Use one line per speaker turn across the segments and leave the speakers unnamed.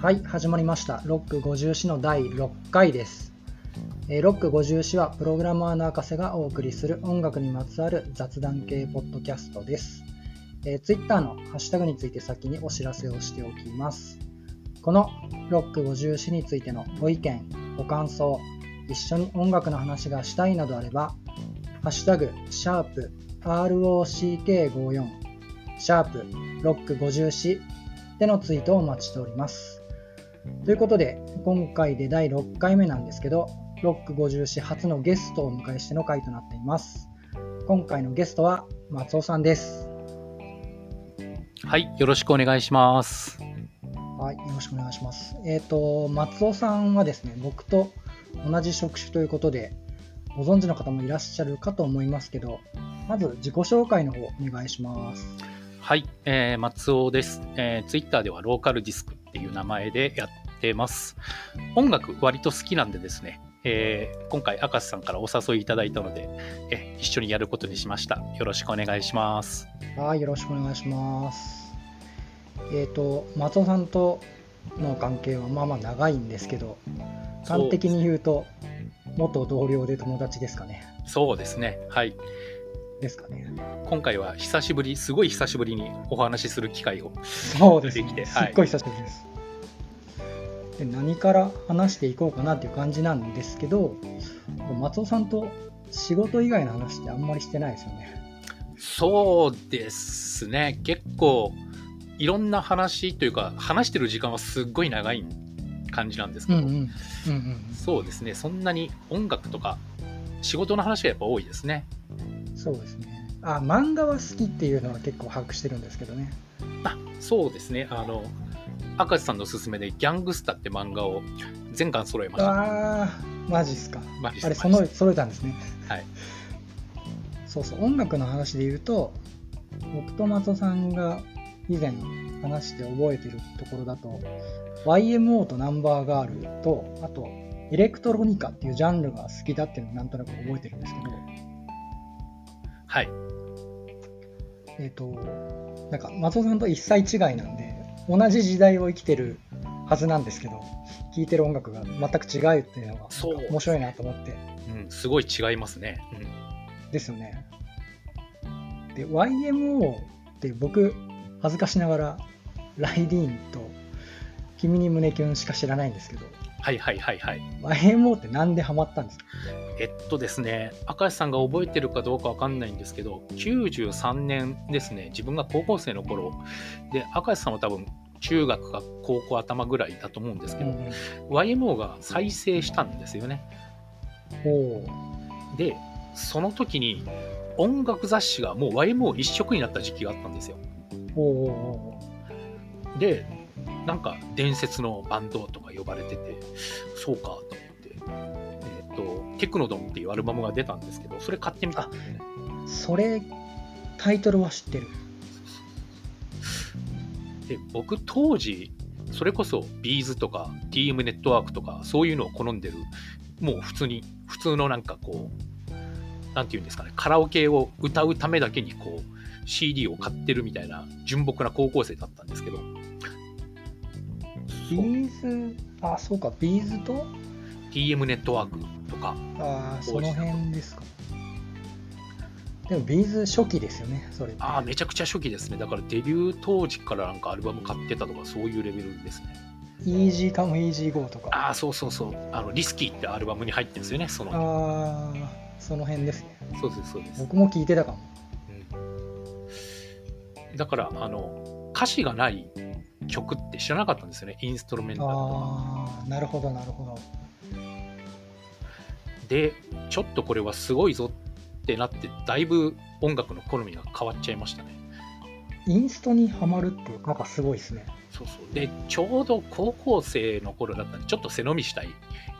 はい、始まりました。ロック54の第6回です。えーロック54はプログラマーの博士がお送りする音楽にまつわる雑談系ポッドキャストです。えー、Twitter のハッシュタグについて先にお知らせをしておきます。このロック54についてのご意見、ご感想、一緒に音楽の話がしたいなどあれば、ハッシュタグ、シャープ ROCK54、シャープ、ロック54でのツイートをお待ちしております。ということで、今回で第6回目なんですけど、ロック54初のゲストをお迎えしての回となっています。今回のゲストは松尾さんです。
はい、よろしくお願いします。
はい、よろしくお願いします。えっ、と、松尾さんはですね、僕と同じ職種ということで、ご存知の方もいらっしゃるかと思いますけど、まず自己紹介の方お願いします。
はい、えー松尾です、えー。ツイッターではローカルディスクっていう名前でやってます。音楽割と好きなんでですね、えー今回赤瀬さんからお誘いいただいたので、え一緒にやることにしました。よろしくお願いします。
はい、よろしくお願いします。えっ、と、松尾さんとの関係はまあまあ長いんですけど、端的に言うと、元同僚で友達ですかね。
そうですね。はい。
ですかね。
今回は久しぶり、すごい久しぶりにお話しする機会を。
そうです、
できて
ね。す
はい
っごい久しぶりです。で何から話していこうかなっていう感じなんですけど、松尾さんと仕事以外の話ってあんまりしてないですよね。
そうですね。結構、いろんな話というか、話してる時間はすっごい長い感じなんですけ
うん
ど、
うん。うんうん
そうですね、そんなに音楽とか仕事の話がやっぱ多いですね。
うん。そうですね。あ、漫画は好きっていうのは結構把握してるんですけどね。
あそうですね、あの、赤瀬さんのおすすめで、ギャングスタって漫画を全巻揃えました。
あーマジっすか
マジ
あれ
マ
そ
ジ
の揃えたんですね
はい
そうそう音楽の話で言うと僕と松尾さんが以前話して覚えてるところだと YMO とナンバーガールとあとエレクトロニカっていうジャンルが好きだっていうのをなんとなく覚えてるんですけど
はい、
えっ、となんか松尾さんと一切違いなんで同じ時代を生きてるはずなんですけど聴いてる音楽が全く違うっていうのが
そう、
面白いなと思って
うん、すごい違いますね。
ですよね。で、YMO って僕、恥ずかしながら、ライディーンと、君に胸キュンしか知らないんですけど、
うん、はいはいはいはい。
YMO ってなんでハマったんですか
えっとですね、赤瀬さんが覚えてるかどうかわかんないんですけど、93年ですね、自分が高校生の頃で、赤瀬さんは多分中学か高校頭ぐらいだと思うんですけど、YMO が再生したんですよね。
おー
でその時に音楽雑誌がもう YMO 一色になった時期があったんですよ
おーおー
でなんか伝説のバンドとか呼ばれててそうかと思ってえっ、と「テクノドン」っていうアルバムが出たんですけどそれ買ってみたんですよね
おーそれ、タイトルは知ってる。
で僕当時それこそビーズとか TM ネットワークとかそういうのを好んでるもう普通に普通のなんかこうなんていうんですかねカラオケを歌うためだけにこう CD を買ってるみたいな純朴な高校生だったんですけど
ビーズ、あ、そうか、ビーズと、
TM ネットワークとか
あーそ
当時
の
だと
辺ですか。でも、ビーズ初期ですよね、それって。
ああめちゃくちゃ初期ですねだからデビュー当時からなんかアルバム買ってたとかそういうレベルですね
イージーカム、イージーゴーとか。
ああそうそうそうあのリスキーってアルバムに入ってるんですよねその
あーその辺ですね。
そうですそうです
僕も聞いてたかも。
うんだからあの歌詞がない曲って知らなかったんですよねインストルメンタルとか
ああ、なるほど、なるほど。
でちょっとこれはすごいぞってなってだいぶ音楽の好みが変わっちゃいましたね
インストにはまるっていうのがすごいですね。
そうそうでちょうど高校生の頃だったんでちょっと背伸びしたい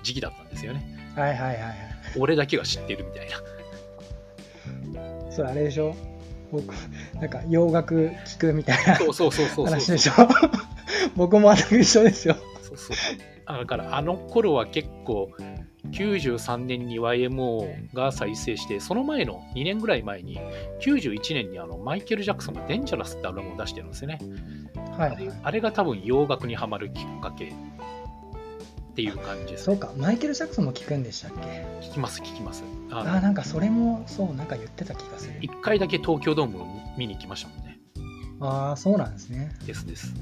時期だったんですよね
はいはいはいは。
俺だけが知ってるみたいない
それあれでしょ僕、なんか洋楽聴くみたいな
そうそうそうそうそう
話
そう
でしょ 僕も全く一緒ですよ。
そうそうあだからあの頃は結構93年に YMO が再生してその前の2年ぐらい前に91年にあのマイケル・ジャクソンが「デンジャラス」ってアルバムを出してるんですよね
はいはい、
あれが多分洋楽にはまるきっかけっていう感じです
そう
ね
かマイケル・ジャクソンも聞くんでしたっけ
聞きます聞きますあ
あ
の
ーなんかそれもそうなんか言ってた気がする
1回だけ東京ドーム見に行きましたもんね
ああそうなんですね
ですです。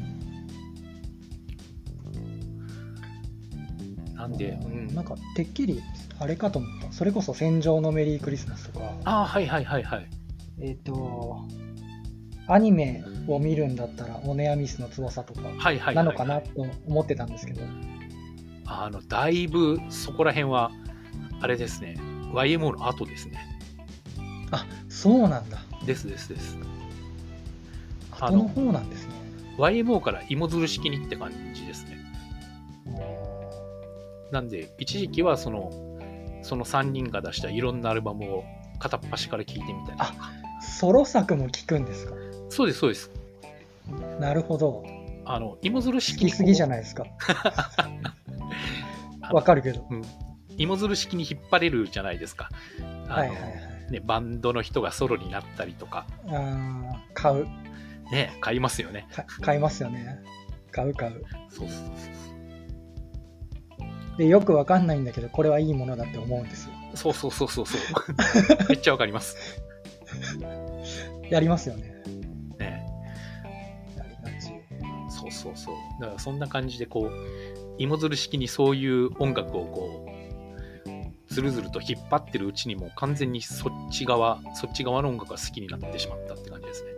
なんで、うん
なんかてっきりあれかと思ったそれこそ「戦場のメリークリスマス」とか
ああ、はいはいはいはい。
えっ、とアニメを見るんだったら「オネアミスの翼」とか
はいはいはいはい
なのかなと思ってたんですけど、
あの、だいぶそこら辺は、あれですね、YMO の後ですね。
あそうなんだ
ですですです。あ
後
の
の方なんですね
YMO から芋づる式にって感じですね。なんで、一時期はその、その3人が出したいろんなアルバムを片っ端から聴いてみたいな。
ソロ作も聞くんですか
そうですそうです。
なるほど
あの、芋づる
聞
式
きすぎじゃない ですかわかるけど
芋づる式に引っ張れるじゃないですか。あの
はいはいはい
ね、バンドの人がソロになったりとか、
あー買う
ね、買いますよね。
か買いますよね買う買う
そうそう
でよくわかんないんだけどこれはいいものだって思うんですよ
そうそうそうそうそうめっちゃわかります。
やりますよね
ね、
やりがち
そうそうそう。だからそんな感じでこう、芋づる式にそういう音楽をこう、ずるずると引っ張ってるうちにもう完全にそっち側、そっち側の音楽が好きになってしまったって感じですね。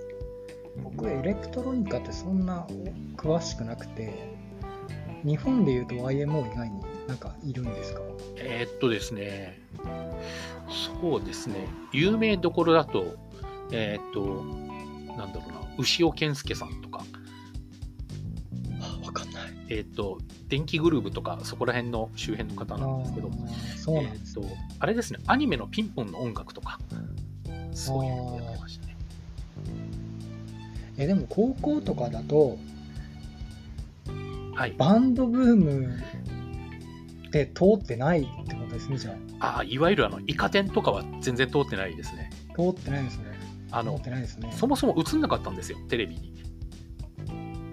僕エレクトロニカってそんな詳しくなくて日本でいうと YMO 以外になんかいるんですか
えーっとですね、そうですね、有名どころだと、えーっと、なんだろうな、牛尾健介さんとか、
あわかんない
えっ、と、電気グルーブとか、そこら辺の周辺の方
あ
なんですけど、
ーそうなん
え
で
っ
す
と、あれですね、アニメのピンポンの音楽とか、そういうのやってましたね。
えでも高校とかだと
はい。
バンドブームで通ってないってことですねじゃあ
ああ、いわゆるあの、イカ天とかは全然通ってないですね。
通ってないですね
あ
通
の
っ、てないですね
そもそも映んなかったんですよ、テレビに。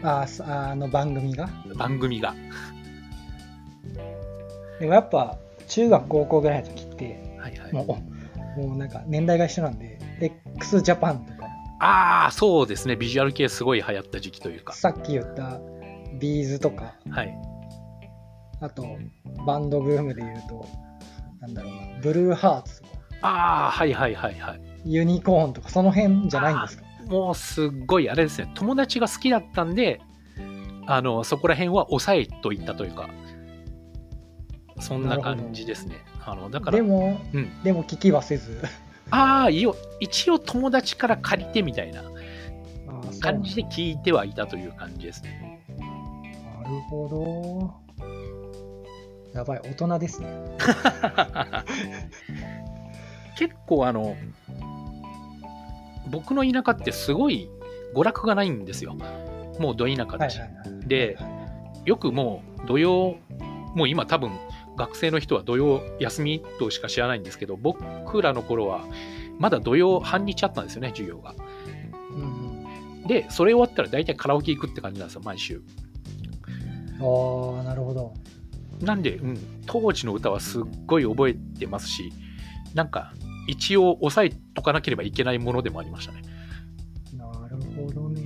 あーそあの番組が
番組が。
でもやっぱ中学高校ぐらいの時って
はいはい。
もうもうなんか年代が一緒なんで x ジャパンとか
ああ、そうですね、ビジュアル系すごい流行った時期というか。
さっき言ったビーズとか
はい。
あとバンドブームで言うとなんだろうなブルーハーツとか
ああ、はいはいはいはい。
ユニコーンとかその辺じゃないんですか
もうすっごいあれですね友達が好きだったんであのそこら辺は抑えといったというかそんな感じですねあのだから
でも、
うん
でも聞きはせず
ああいいよ一応友達から借りてみたいな
ああそうな
感
ん
じ
だ
で聞いてはいたという感じで すね
なるほどやばい大人ですね
結構あの僕の田舎ってすごい娯楽がないんですよもうど田舎
は
だ
い
し、
はいはい
で
はいはい
よくもう土曜もう今多分学生の人は土曜休みとしか知らないんですけど僕らの頃はまだ土曜半日あったんですよね授業が
うん
でそれ終わったら大体カラオケ行くって感じなんですよ毎週
うん、ああなるほど
なんで、うん、当時の歌はすっごい覚えてますしなんか一応抑えとかなければいけないものでもありましたね
なるほどね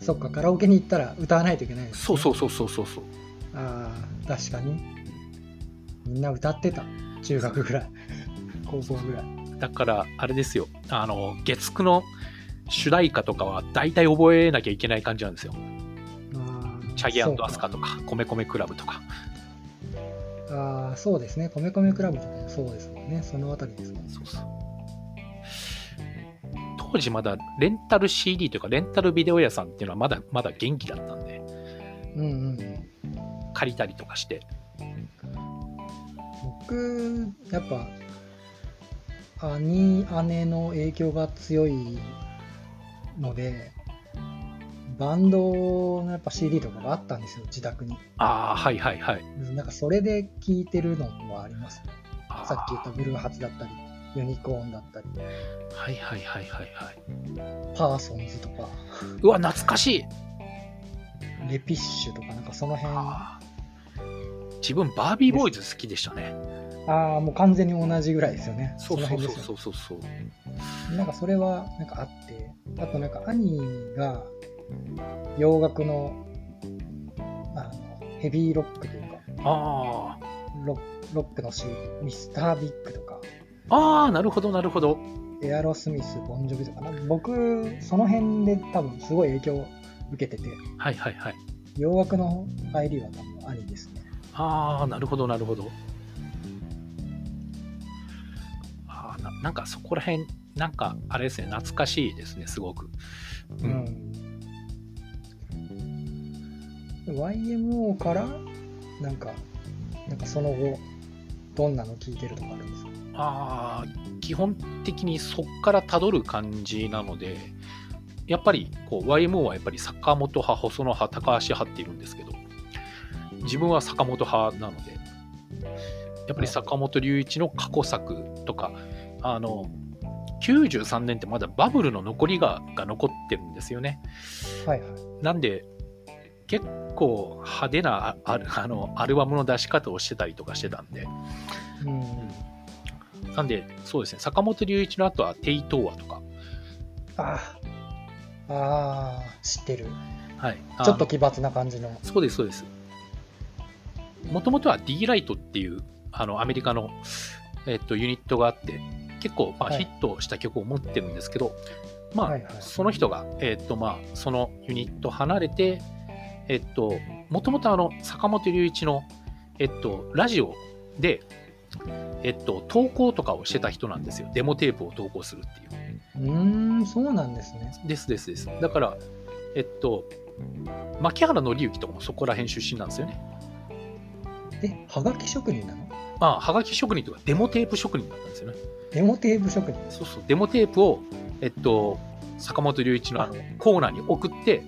そっかカラオケに行ったら歌わないといけないですね、
そうそうそうそうそうそう
ああ確かにみんな歌ってた中学ぐらい高校ぐらい
だからあれですよあの月9の主題歌とかは大体覚えなきゃいけない感じなんですよ
あー
チャギ
そう
アスカとか米米クラブとか
あーそうですね米米クラブとかもそうですもんねそのあたりですもんね
そうそう当時まだレンタル CD というかレンタルビデオ屋さんっていうのはまだまだ元気だったんで
うんうんうん
借りたりとかして
僕やっぱ兄姉の影響が強いのでバンドのやっぱ CD とかがあったんですよ、自宅に。
ああ、はいはいはい。
うんなんかそれで聴いてるのはありますね。
あー
さっき言ったブルーハーツだったり、ユニコーンだったり、
はいはいはいはいはい。
パーソンズとか、
うわ、懐かしい。
レピッシュとか、なんかその辺、あ
あー自分、バービーボーイズ好きでしたね。
あ、もう完全に同じぐらいですよね。
そう
の
そう
辺です
そ
よね
うそうそう。
なんかそれはなんかあって、あとなんか兄が洋楽のあのヘビーロックというか、
ああ。
ロロックの CD、ミスター・ビッグとか、
ああ、なるほどなるほど。
エアロスミス、ボンジョビとか、なんか僕、その辺で多分すごい影響を受けてて、
はいはいはい。
洋楽の入りは多分兄ですね。
ああ、なるほど、なるほど。ああ、ななんかそこら辺、なんかあれですね、懐かしいですね、すごく。う。
うんん。YMO から、なんか、なんかその後、どんなの聴いてるとかあるんですか
ああ、基本的にそっからたどる感じなので、やっぱりこう YMO はやっぱり坂本派、細野派、高橋派っているんですけど、自分は坂本派なので、やっぱり坂本龍一の過去作とか、あの、93年ってまだバブルの残りがが残ってるんですよね。
はいはい。
なんで結構派手なああるあのアルバムの出し方をしてたりとかしてたんで、
うん、
なんでそうですね坂本龍一の後はテイトーアとか、
あーあー知ってる
はい、
ちょっと
あの
奇抜な感じの
そうですそうですもともとは D ライトっていうあのアメリカの、えっと、ユニットがあって結構、まあ
はい
ヒットした曲を持ってるんですけど、まあ
はいはい
その人が、えっとまあ、そのユニット離れてえっともともとあの坂本龍一の、えっと、ラジオで、えっと、投稿とかをしてた人なんですよデモテープを投稿するっていう
うーんそうなんですね
ですですです。だから、えっと、牧原紀之とかもそこら辺出身なんですよね。
えはがき職人なの
まあ、はがき職人とかデモテープ職人だったんですよね。
デモテープ職人
そうそう、デモテープを、えっと、坂本龍一のあのコーナーに送って、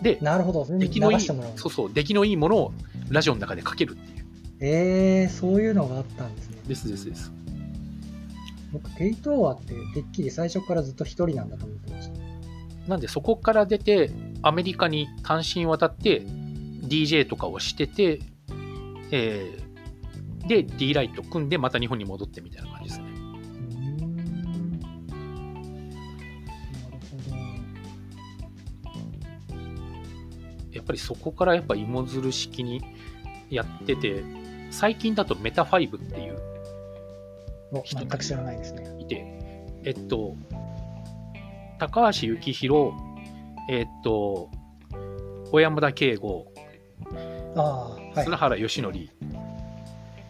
で、
なるほど
出
流
来のいい、
してもらう
そうそう、出来のいいものをラジオの中でかけるっていう。
えー、そういうのがあったんですね
ですですです。
僕テイトーアっててっきり最初からずっと一人なんだと思ってました
なんで、そこから出て、アメリカに単身渡って、DJ とかをしてて、えーで、D ライト組んで、また日本に戻ってみたいな感じですね。
うーんなる
やっぱりそこからやっぱ芋づる式にやってて、最近だとメタファイブっていう
ほどお全く知らないですね
いて、えっと、高橋幸宏、えっと、小山田圭吾、
ああーはい
砂原義則、
はい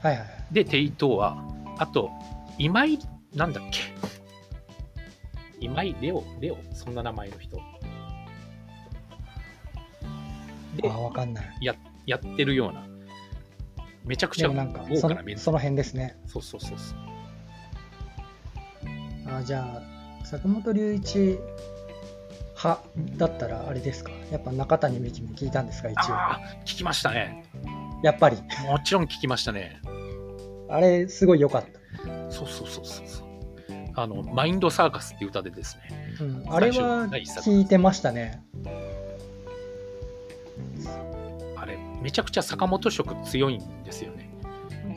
はい
で、テイトーは、あと、今井、なんだっけ、今井レオ、レオ、そんな名前の人。で
ああ、わかんない
や、やってるような、めちゃくち
で
ゃ
もなん
豪
かそ
華
の
なメンツ。
その辺ですね
そうそうそうそう。
あじゃあ坂本龍一派だったらあれですかやっぱ中谷美紀も聞いたんですか一応
ああ、聞きましたね。
やっぱり
もちろん聞きましたね。
あれすごい良かっ
そうそうそうそうそう。あの、マインドサーカスっていう歌でですね。
た、うん、あれ
最初
は
の第一作
聞いてましたね
あれ、めちゃくちゃ坂本色強いんですよね。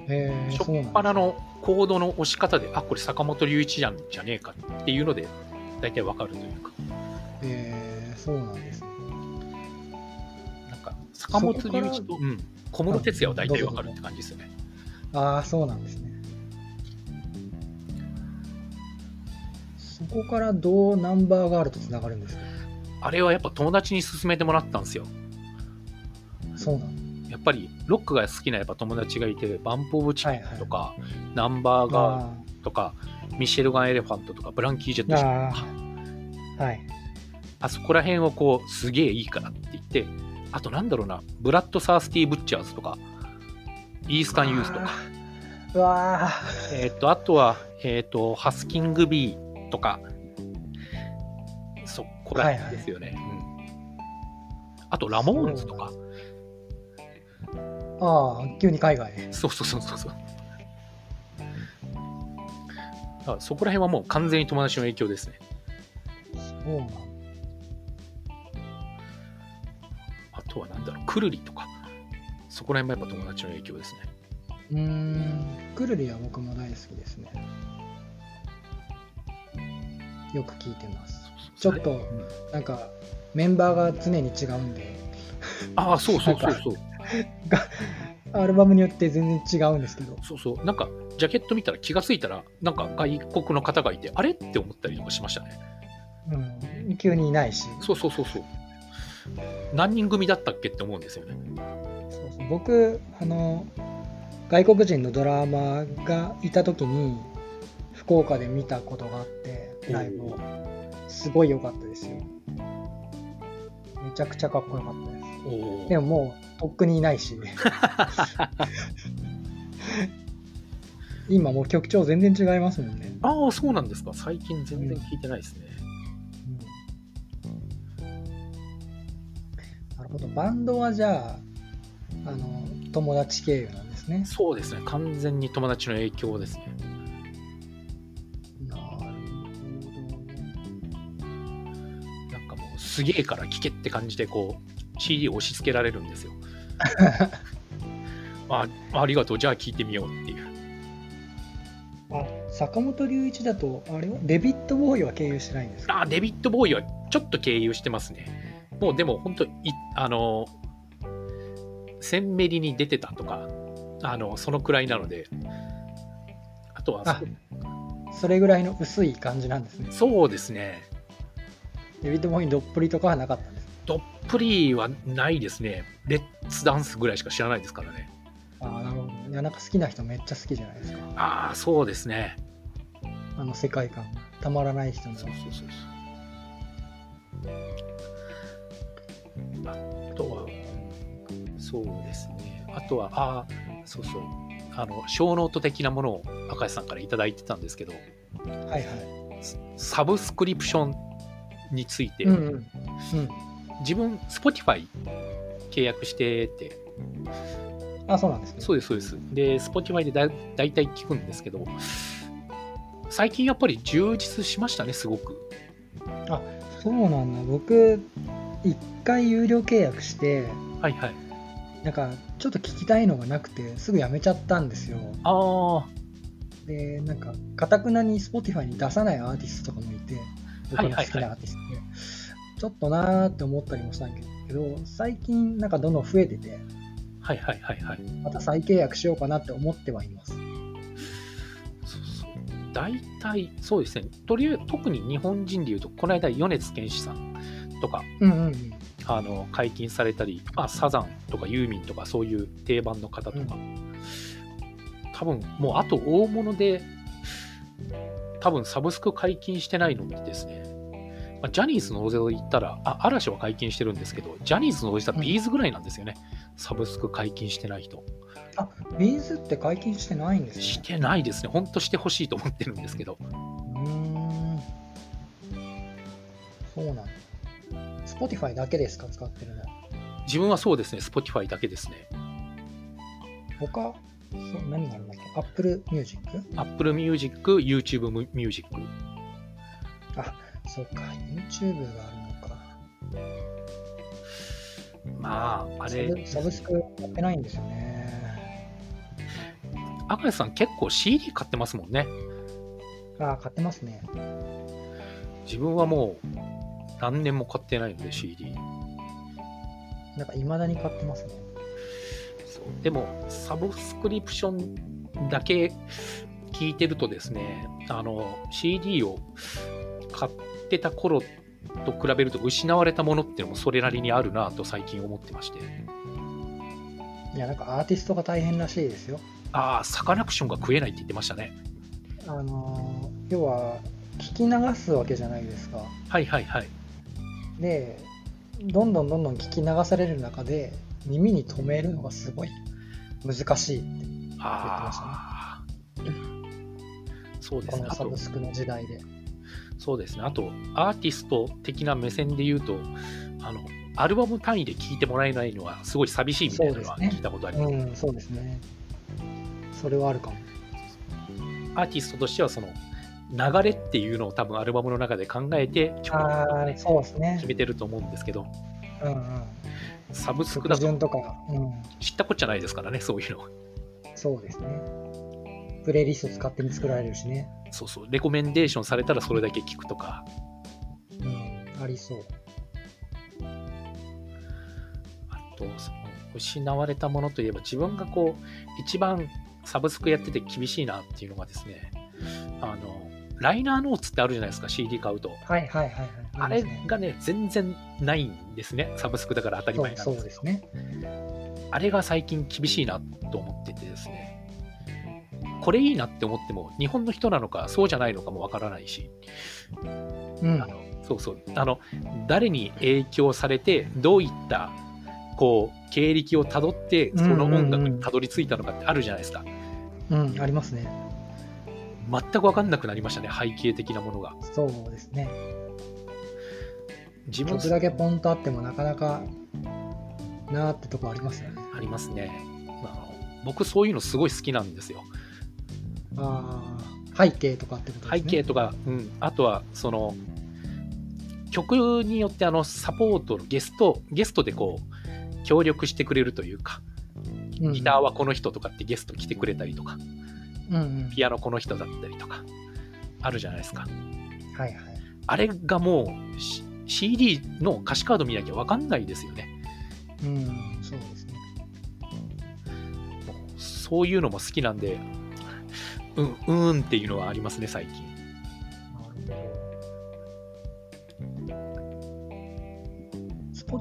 へえ
し
そう
ょ
なん
っ
だ
ぱなのコードの押し方で、あ、これ坂本龍一じゃんじゃねえかっていうので、大体わかるというか。
へえそうなんですね
なんか、坂本龍一、
そこと
うん、小室哲也は大体わかるって感じですよね。
ああそうなんですねそこからどうナンバーガールとつながるんですか
あれはやっぱ友達に勧めてもらったんですよ。
そうなん
やっぱりロックが好きなやっぱ友達がいて、バンプ・オブ・チキンとか、ナンバーガール
あ
とか、ミシェルガン・エレファントとか、ブランキー・ジェット・シップとか。
ーはい
あそこら辺をこうすげえいいからって言ってあとなんだろうなブラッド・サースティ・ブッチャーズとかイースタン・ユースとか
うわあ
えーっとあとは、えーっとハスキング・ビーとかそこら辺ですよね、あとラモーンズとか
ああ、急に海外へ。
そうそうそうそうそうだからそこら辺はもう完全に友達の影響ですね
そうなんだ
あとはなんだろうくるりとかそこら辺もやっぱ友達の影響ですね
うーん、くるりは僕も大好きですね。よく聞いてます。ちょっと
うん
なんか、メンバーが常に違うんで、
ああそうそうそうそう
アルバムによって全然違うんですけど、
そうそうなんかジャケット見たら気がついたらなんか外国の方がいてあれって思ったりとかしましたね
うん、急にいないし、
そうそうそうそう何人組だったっけって思うんですよね
そうそう僕あの外国人のドラマーがいた時に福岡で見たことがあってライブをすごい良かったですよめちゃくちゃかっこよかったで
おお
すでももうとっくにいない し今もう曲調全然違いますもんね、
ああそうなんですか最近全然聞いてないですね、
うんなるほどバンドはじゃああの友達経由なんですね
そうですね完全に友達の影響ですね
なるほどね
なんかもうすげえから聞けって感じでこう CD を押し付けられる んですよあありがとうじゃあ聞いてみようっていう
あ坂本龍一だとあれはデビッド・ボーイは経由してないんですか
あデビッド・ボーイはちょっと経由してますねもうでも本当いあのセンメリに出てたとかあのそのくらいなのであとはそ
あそれぐらいの薄い感じなんですね
そうですね
デビッド・ボーイにどっぷりとかはなかったんです
どっぷりはないですね。レッツダンスぐらいしか知らないですからね。
ああなるほどいやなんか好きな人めっちゃ好きじゃないですか
ああ、そうですね。
あの世界観がたまらない人の
そうそうそうそう。あとは、そうですね。あとは、ああ、そうそう。あの、小ノート的なものを赤石さんからいただいてたんですけど、
はいはい
サブスクリプションについて、
うんうんうん
自分、Spotify 契約してて、
あそうなんですね
そうです、そうです。で、Spotify でだ大体聞くんですけど、最近やっぱり充実しましたね、すごく。
そうなんだ僕一回有料契約して
はいはい。
なんかちょっと聞きたいのがなくてすぐやめちゃったんですよ
ああ、
でなんかかたくなに Spotify に出さないアーティストとかもいて僕の好きなアーティストで、ちょっとなーって思ったりもしたんだけど最近なんかどんどん増えてて
はいはいはいはい。
また再契約しようかなって思ってはいます
そうそう。大体、そうですね。とりあえず、特に日本人でいうと、この間、米津玄師さんとか、
うんうんうん
あの解禁されたり、まあ、サザンとかユーミンとか、そういう定番の方とか、多分もうあと大物で、多分サブスク解禁してないのってですね、まあジャニーズの大勢で言ったら、あ、嵐は解禁してるんですけど、ジャニーズの大勢はビーズぐらいなんですよね、サブスク解禁してない人。
ビーズって解禁してないんです
し
ね
てないですね、本当してほしいと思ってるんですけど、
うーんそうなんだ Spotify だけですか使ってるの
自分はそうですね、Spotify だけですね。
他そう何があるんだっけ Apple Music?
Apple Music、YouTube Music。
あそっか YouTube があるのか
まあ、あ
サブ
れ、
サブスクやってないんですよね。
赤石さん結構 CD 買ってますもんね。
ああ、買ってますね。
自分はもう何年も買ってないので CD
なんか、いまだに買ってますね。
そうでもサブスクリプションだけ聞いてるとですねあの CD を買ってた頃と比べると失われたものっていうのもそれなりにあるなと最近思ってまして
いや、なんか、アーティストが大変らしいですよ。
ああサカナクションが食えないって言ってましたね
あのー要は、聞き流すわけじゃないですか。
はいはいはい
で、どんどんどんどん聞き流される中で、耳に留めるのがすごい難しいって、
ああそうで
こ
すね
の
あ
サ
と
ブスクの時代で。
そうですね。あと、アーティスト的な目線で言うと、あの、アルバム単位で聴いてもらえないのはすごい寂しいみたいなの
そ
は
うですね
聞いたことあります
うん、そうですね。それはあるかも。
アーティストとしてはその流れっていうのを多分アルバムの中で考えて曲を
ああ、そうですね
決。めてると思うんですけど
うんうん。
サブスク
曲
だと
順とか、うん、
知ったこっちゃないですからねそういうの
そうですね。プレイリスト使って見作られるしね。
そうそうレコメンデーションされたらそれだけ聞くとか
うん、ありそう。
あとその失われたものといえば自分がこう一番サブスクやってて厳しいなっていうのがですねあのライナーノーツってあるじゃないですか CD 買うと
はいはいはいはい。
あ
り
れ
ますね
がね全然ないんですねサブスクだから当たり
そ
前
う
なん
そ
で
う
す
で
けど
すね。
あれが最近厳しいなと思っててですねこれいいなって思っても日本の人なのかそうじゃないのかもわからないし
うん
あ。のそうそうあの誰に影響されてどういったこう経歴をたどってその音楽にたどり着いたのかってあるじゃないですか、
うん、ありますね。
全く分かんなくなりましたね背景的なものが
そうですね。
自分
曲だけポンとあってもなかなかなーってとこありますよね。
ありますねあの僕そういうのすごい好きなんですよ
ああ、背景とかってことで
背
すね。
景とか、うん、あとはその曲によってあのサポートのゲストゲストでこう協力してくれるというか
うん
ギターはこの人とかってゲスト来てくれたりとか
うんうん。
ピアノこの人だったりとかあるじゃないですか
はいはい。
あれがもうし CD の歌詞カード見なきゃ分かんないですよね
うん、そうですね。
もうそういうのも好きなんでうんうーんっていうのはありますね最近
なるほど。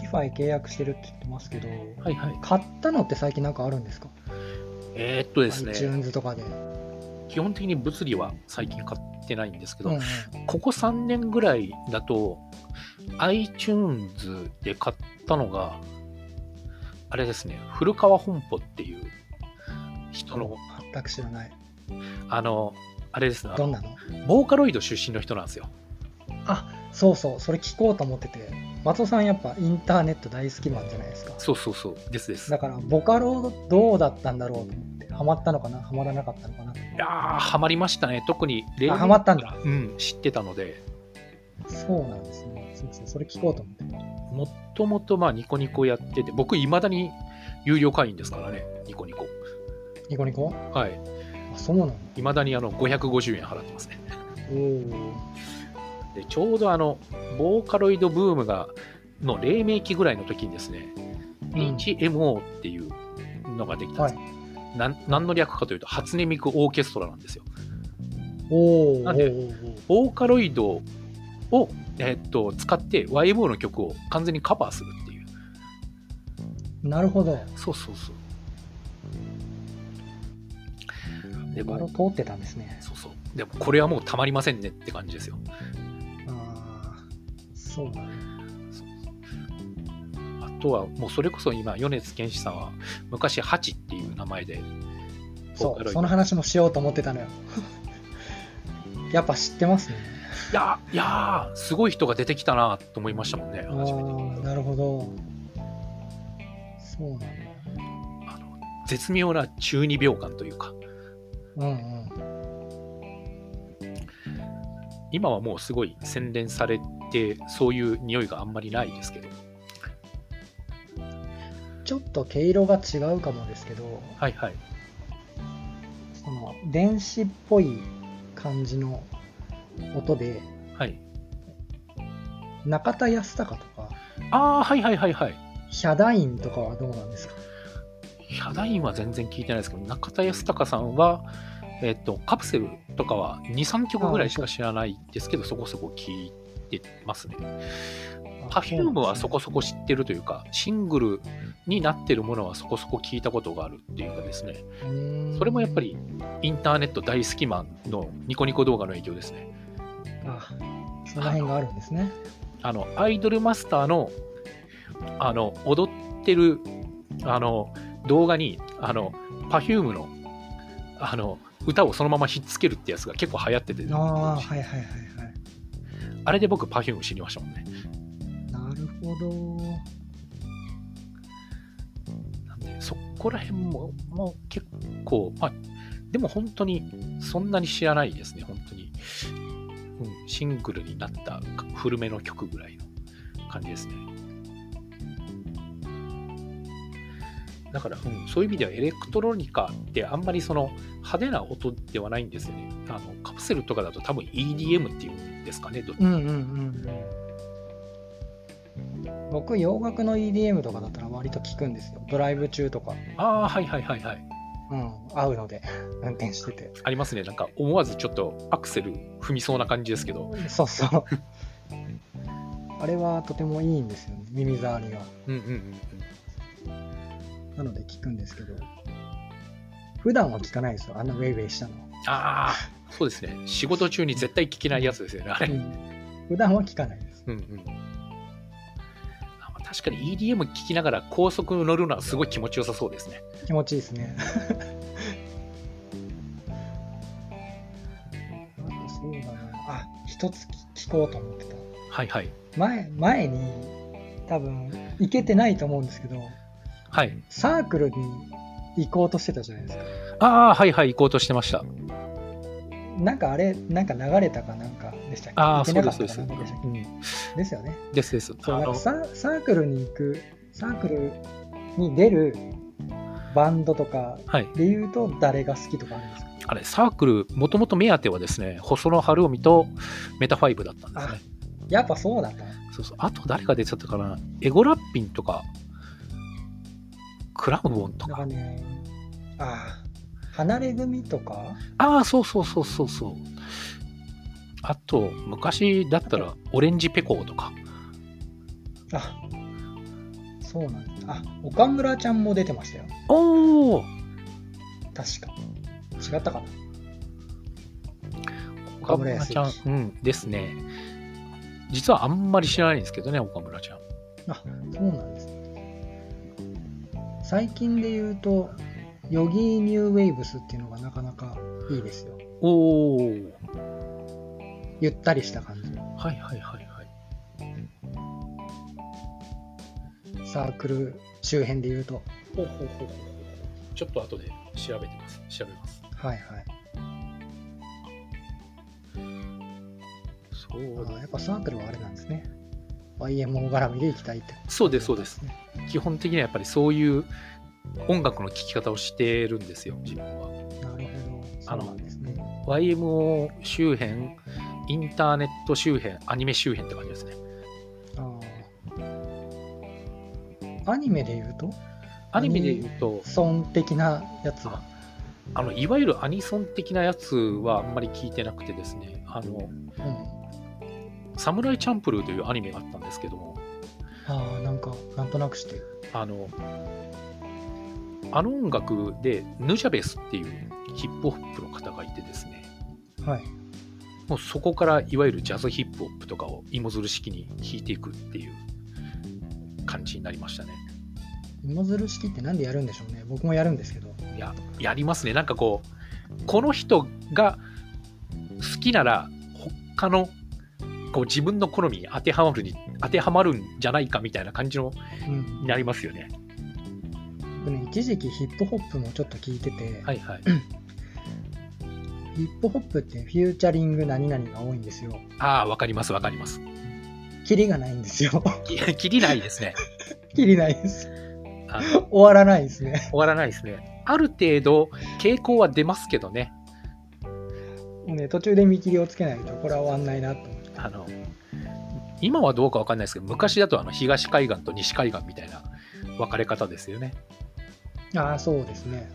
Spotify 契約してるって言ってますけど、
はいはい
買ったのって最近なんかあるんですか
えーっとですね
?iTunes とかで。
基本的に物理は最近買ってないんですけど、
うんうん
ここ3年ぐらいだと iTunes で買ったのがあれですね古川本舗っていう人の
全く知らない。
あのあれですねあ
ど
の
んなの
ボーカロイド出身の人なんですよ
あそうそう、それ聞こうと思ってて、松尾さんやっぱインターネット大好きマンじゃないですか。
そうそうそうですです
だから、ボカロどうだったんだろうと思って、ハマったのかな、ハマらなかったのかな。
いやーハマりましたね特にレ
あハマったんだ
うん知ってたので
そうなんですね。すみません、それ聞こうと思って。
もともとまあニコニコやってて僕いまだに有料会員ですからねニコニコ
ニコニコ
はい
あ、そうなの
いまだにあの550円払ってますね
おー
でちょうどあのボーカロイドブームがの黎明期ぐらいの時にですね、
ん
HMO っていうのができたん
は
です、
い。
なん何の略かというと初音ミクオーケストラなんですよ
おーおー
なんで
おーおー
ボーカロイドを、えっと使って YMO の曲を完全にカバーするっていう
なるほど。
そうそうそう。で
ボカロ
も、
通ってたんですね。
そうそう。でも、これはもうたまりませんねって感じですよ。
ああ、そうだね。
あとは、もうそれこそ今、米津玄師さんは、昔、ハチっていう名前で、ボ
そ
ーカロ
う、
イド
その話もしようと思ってたのよ。 やっぱ知ってますね。
いやー、いやーすごい人が出てきたなと思いましたもんね、
ああ
初めて。
ー、なるほど。そうなんだ。
あの絶妙な中二病感というか、
うんうん。
今はもうすごい洗練されて、そういう匂いがあんまりないですけど。
ちょっと毛色が違うかもですけど、
はいはい。
その電子っぽい感じの音で、
はい。
中田康隆とか、
あー、はいはいはいはい。
ヒャダインとかはどうなんですか
ヒャダインは全然聞いてないですけど、中田康隆さんは、えっと、カプセルとかは2、3曲ぐらいしか知らないですけど、そこそこ聞いてますね。
あ
Perfume はそこ
そ
そこ知ってるというか、シングルになってるものはそこそこ聞いたことがあるっていうかですね、
うなんですね
それもやっぱ。りインターネット大好きマンのニコニコ動画の影響ですね。
うーんあ、その辺があるんですね。
あの、アイドルマスターの、あの、踊ってる、あの、動画に、あの、Perfume の、あの、歌をそのままひっつけるってやつが結構流行ってて、
ああ、はいはいはいはい。
あれで僕 Perfume 知りましたもんね。
なるほど。
こら辺も、もう結構、まあ、でも本当にそんなに知らないですね、本当に。うん、シングルになった古めの曲ぐらいの感じですね。だから、うん、そういう意味ではエレクトロニカってあんまりその派手な音ではないんですよね。あのカプセルとかだと多分 EDM っていうんですかね。どっち
うんうんうん僕洋楽の EDM とかだったら割と聞くんですよドライブ中とか、
ああ、はいはいはいはい。
うん、合うので 運転してて
ありますね。なんか思わずちょっとアクセル踏みそうな感じですけど。
そうそうあれはとてもいいんですよね耳障りが
うんうんうんうん。
なので聞くんですけど普段は聞かないですよあんなウェイウェイ したの、
ああ、そうですね。仕事中に絶対聞けないやつですよね、あれ。
うん普段は聞かないです
うんうんあまあ確かに EDM 聞きながら高速乗るのはすごい気持ちよさそうですね。
気持ちいいですねあとそうだなあ一つ聞こうと思ってた
はいはい。
前前に多分行けてないと思うんですけど
はい。
サークルに行こうとしてたじゃないですか
ああ、はいはい、行こうとしてました。
なんかあれなんか流れたかなんかでしたっけ
ああ、
行け
そう
な
で
かっ
す、
た
そうで
か
す。
な
うん
かでしたっけですよね
ですです。
そ
あ
うなんか
の
ササークルに行くサークルに出るバンドとか
はい。
で言うと誰が好きとかあるんですか
あれ、サークル、もともと目当てはですね、細野晴臣とメタファイブだったんですね。
やっぱそうだった
そうそう。あと誰が出ちゃったかなエゴラッピンとか、クラウボンと
なんか。
か
ねああ離れ組とか
ああ、そうそうそうそうそう。あと、昔だったら、オレンジペコーとか。
あそうなんだあ岡村ちゃんも出てましたよ
おお
確か違ったかな
岡
岡
村
村
ちゃん
康、
うん、ですね。実はあんまり知らないんですけどね、岡村ちゃん。
そうなんですね最近で言うとヨギーニューウェイブスっていうのがなかなかいいですよ
おおー
ゆったりした感じ
はいはいはいはい。
サークル周辺で言うと
ほうほうほうほうちょっと後で調べてます。調べます。
はいはい
そう
あ
だ
やっぱサークルはあれなんですね YMO 絡みで行きたいって
そうです、そうです。
ね
基本的にはやっぱりそういう音楽の聴き方をしてるんですよ、自分
な
は。
るほどそうなんですね
YMO 周辺、インターネット周辺、アニメ周辺って感じですね。
ああアニメで言うと
アニメで言うと、
損的なやつは
あのいわゆるアニソン的なやつはあんまり聞いてなくてですね、あの
うんあ
サムライチャンプルーというアニメがあったんですけども、
あなんかなんとなくしてる
あのあの音楽でヌジャベスっていうヒップホップの方がいてですね、
はい
もうそこからいわゆるジャズヒップホップとかを芋づる式に弾いていくっていう感じになりましたね。
芋づる式ってなんでやるんでしょうね僕もやるんですけど
いや、やりますね。なんかこう、この人が好きなら、他の、こう自分の好みに当てはまるに、当てはまるんじゃないかみたいな感じの、
うん
になりますよね。
僕ね一時期ヒップホップもちょっと聞いてて、
はいはい。
ヒップホップってフューチャリング何々が多いんですよ
ああ、わかりますわかります。
キリがないんですよ
き 切りないですね。
キリないです
あの
終わらないですね
終わらないですね。ある程度、傾向は出ますけどね。
もうね途中で見切りをつけないとこれは終わんないなと思って
あの、今はどうかわかんないですけど、昔だとあの東海岸と西海岸みたいな分かれ方ですよね。
ああそうですね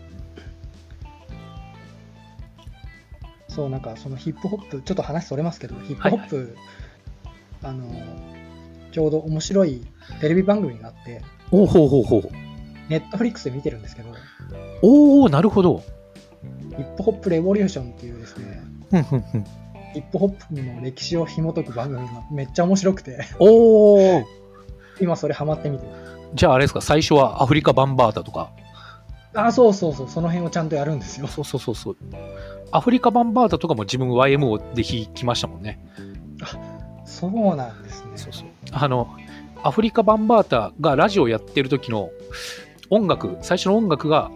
そうなんかそのヒップホップちょっと話それますけどヒップホップ、あのちょうど面白いテレビ番組があって
おおほうほうほう。
ネットフリックスで見てるんですけど
おおなるほど。
ヒップホップレボリューションっていうですね
ふんふんふん。
ヒップホップの歴史を紐解く番組がめっちゃ面白くて
おお
今それハマってみてます
じゃああれですか最初はアフリカバンバータとか
ああそうそうそうその辺をちゃんとやるんですよ
そうそうそうそうアフリカバンバータとかも自分 YMO で弾きましたもんね
そうなんですね
そうそうあのアフリカバンバータがラジオやってる時の音楽、最初の音楽が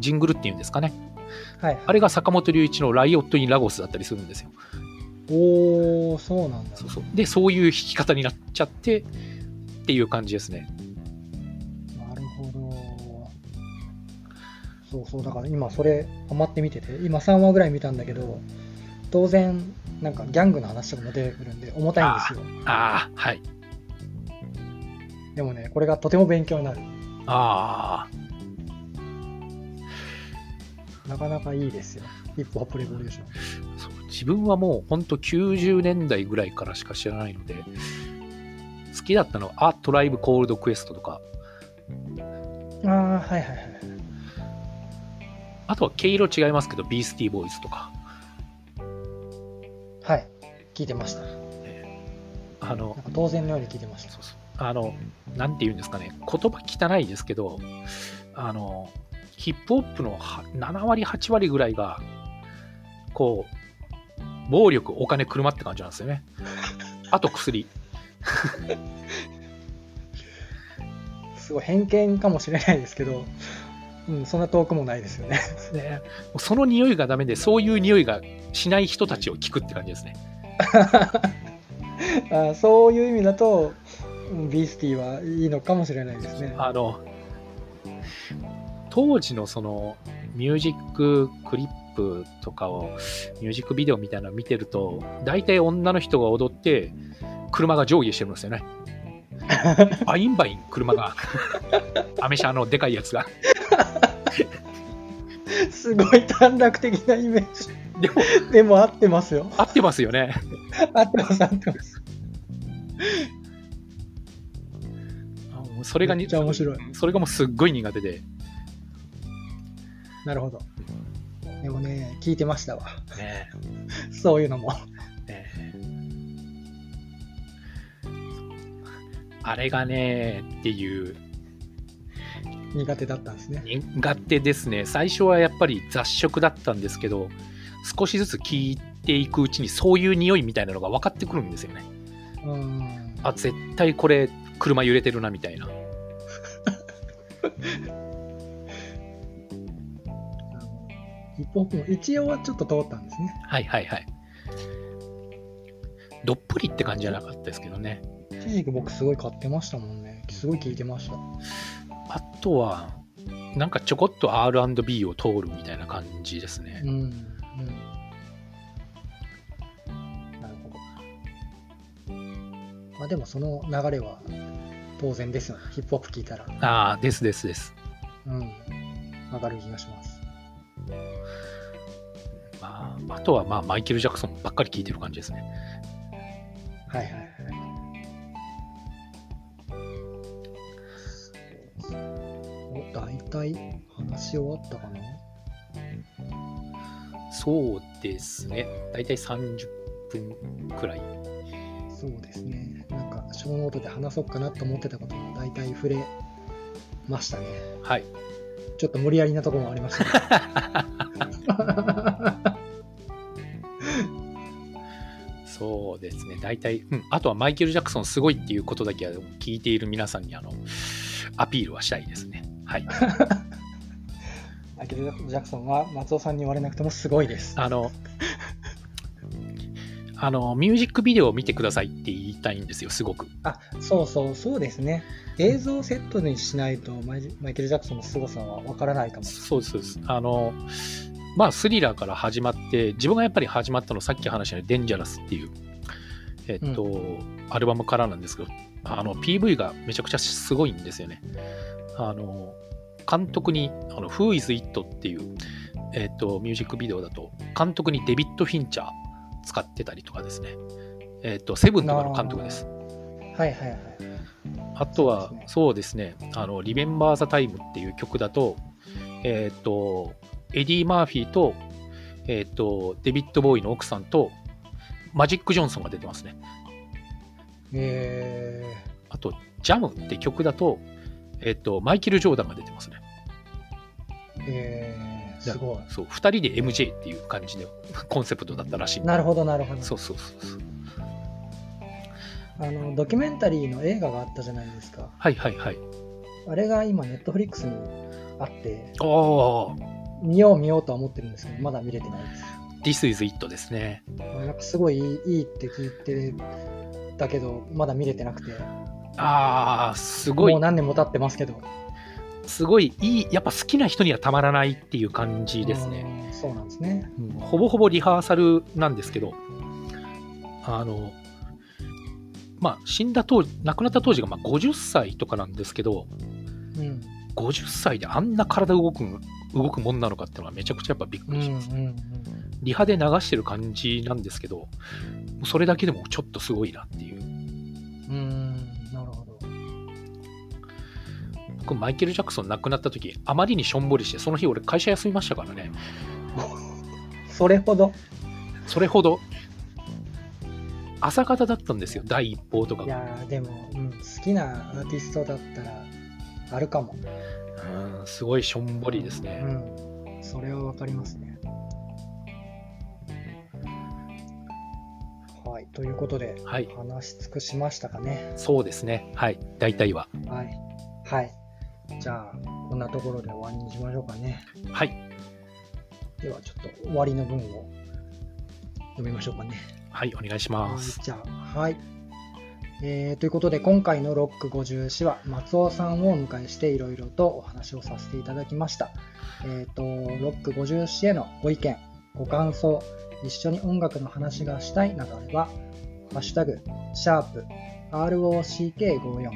ジングルっていうんですかね。
はい。
あれが坂本龍一のライオット・イン・ラゴスだったりするんですよ。
おー、そうなんだ。
そうそうで、そういう弾き方になっちゃってっていう感じですね。
なるほど。そうそう、だから今それハマって見てて、今3話ぐらい見たんだけど、当然、なんかギャングの話とかも出てくるんで重たいんですよ。
ああ、はい。
でもね、これがとても勉強になる。
あ
なかなかいいですよ。ヒップホップレボリューション。
あ、そう自分はもうほんと90年代ぐらいからしか知らないので、好きだったのは、あ、トライブ・コールド・クエストとか、
ああ、はいはいはい。
あとは毛色違いますけど、ビースティー・ボーイズとか、
はい。聞いてました。なん
あの、
か当然のように聞いてました
そ。うそうあの、なんて言うんですかね、言葉汚いですけど、あの、ヒップホップのは7割、8割ぐらいが、こう、暴力、お金、車って感じなんですよね。あと薬。
すごい偏見かもしれないですけど、うん、そんな遠くもないですよね。
ね、その匂いがダメで、そういう匂いがしない人たちを聞くって感じですね。
あーそういう意味だと、うんビースティーはいいのかもしれないですね。
あの、当時のその、ミュージッククリップとかを、ミュージックビデオみたいなの見てると、大体女の人が踊って、車が上下してるんですよね。 バインバイン、車が。アメ車のでかいやつが。
すごい短絡的なイメージ。
でも、
でも合ってますよ。
合ってますよね。
合ってます、合ってます。
あもうそれがに
めっちゃ面白い。
それがもうすっごい苦手で。
なるほど。でもね、聞いてましたわ。
ね
そういうのも。
ねあれがねっていう
苦手だったんですね。
苦手ですね最初はやっぱり雑食だったんですけど少しずつ聞いていくうちにそういう匂いみたいなのが分かってくるんですよね
うん。
あ絶対これ車揺れてるなみたいな
あのヒップホップも一応はちょっと通ったんですね。
はいはいはいどっぷりって感じじゃなかったですけどね
一時期僕すごい買ってましたもんね。すごい聞いてました。
あとはなんかちょこっと R&B を通るみたいな感じですね
うん。うん。なるほど。まあでもその流れは当然ですよね。ヒップホップ聞いたら。
ああですですです
うん。わかる気がします。
まあ、あとはまあマイケル・ジャクソンばっかり聞いてる感じですね。
はいはいはい。お大体話終わったかな
そうですね。だいたい30分くらい。
そうですね。なんか、小ノートで話そうかなと思ってたことも大体触れましたね。
はい。
ちょっと無理やりなところもありま したけ
そうですね。だいたい、うん、あとはマイケル・ジャクソンすごいっていうことだけは聞いている皆さんにあのアピールはしたいですね。はい。
ど。マイケル・ジャクソンは松尾さんに言われなくてもすごいです。
あ の、あの、ミュージックビデオを見てくださいって言いたいんですよ、すごく。
あ、そうそう、そうですね。映像をセットにしないとマイマイケル・ジャクソンの凄さはわからないかも。
そうです、そうです。あの、まあ、スリラーから始まって、自分がやっぱり始まったの、さっき話したデンジャラスっていう、えっと、アルバムからなんですけど、あの、PV がめちゃくちゃすごいんですよね。あの、監督に、あの、Who is It っていう、えっと、ミュージックビデオだと、監督にデビッド・フィンチャー使ってたりとかですね。えっと、セブンとかの監督です。
はいはいはい。
あとは
そうですね
そうですね「あのリベンバー・ザ・タイム」っていう曲だと,、えー、とエディ・マーフィーと,、えー、とデビッド・ボーイの奥さんとマジック・ジョンソンが出てますね
え
あと「ジャム」って曲だと,、えー、とマイケル・ジョーダンが出てますね
ー、えー、すごい。
そう2人で MJ っていう感じの コンセプトだったらしい
なるほどなるほど。
そうそうそうそう
あのドキュメンタリーの映画があったじゃないですか。
はいはいはい
あれが今、ネットフリックスにあって、
ああ、
見よう見ようとは思ってるんですけど、まだ見れてないです。
This is it ですね。
なんかすごいいいいいって聞いてたけど、まだ見れてなくて、
ああ、すごい
もう、何年も経ってますけど、
すごいいい、やっぱ好きな人にはたまらないっていう感じですね。
うんそうなんですね。
うんほぼほぼリハーサルなんですけど、あの、まあ、死んだ当時、亡くなった当時がまあ50歳とかなんですけど、
うん、
50歳であんな体動くん動くもんなのかっていうのはめちゃくちゃやっぱびっく
うん、う
りし
ん
ます。リハで流してる感じなんですけど、それだけでもちょっとすごいなっていう。
うん、うん、なるほど。
僕、マイケル・ジャクソン亡くなった時、あまりにしょんぼりして、その日俺会社休みましたからね。
それほど、
それほど、朝方だったんですよ、第一報とか
い
が。
やーでも、うん、好きなアーティストだったら、あるかも。
うんすごいしょんぼりですね。
うん、それはわかりますね。はい、ということで、
はい、
話し尽くしましたかね。
そうですね。はい、大体は。
はい。はい。じゃあ、こんなところで終わりにしましょうかね。
はい、
では、ちょっと終わりの文を読みましょうかね。
はい、お願いし
は
ま
い
す。
じゃあ、はい。えーということで、今回のロック54は、松尾さんをお迎えして、いろいろとお話をさせていただきました。えーと、ロック54へのご意見、ご感想、一緒に音楽の話がしたいなどあれば、ハッシュタグ、シャープ、ROCK54、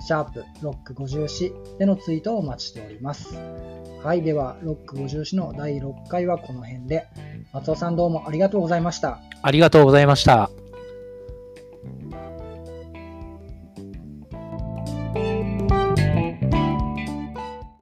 シャープ、ロック54でのツイートをお待ちしております。はい、では、ロック54の第6回はこの辺で、松尾さんどうもありがとうございました。
ありがとうございました。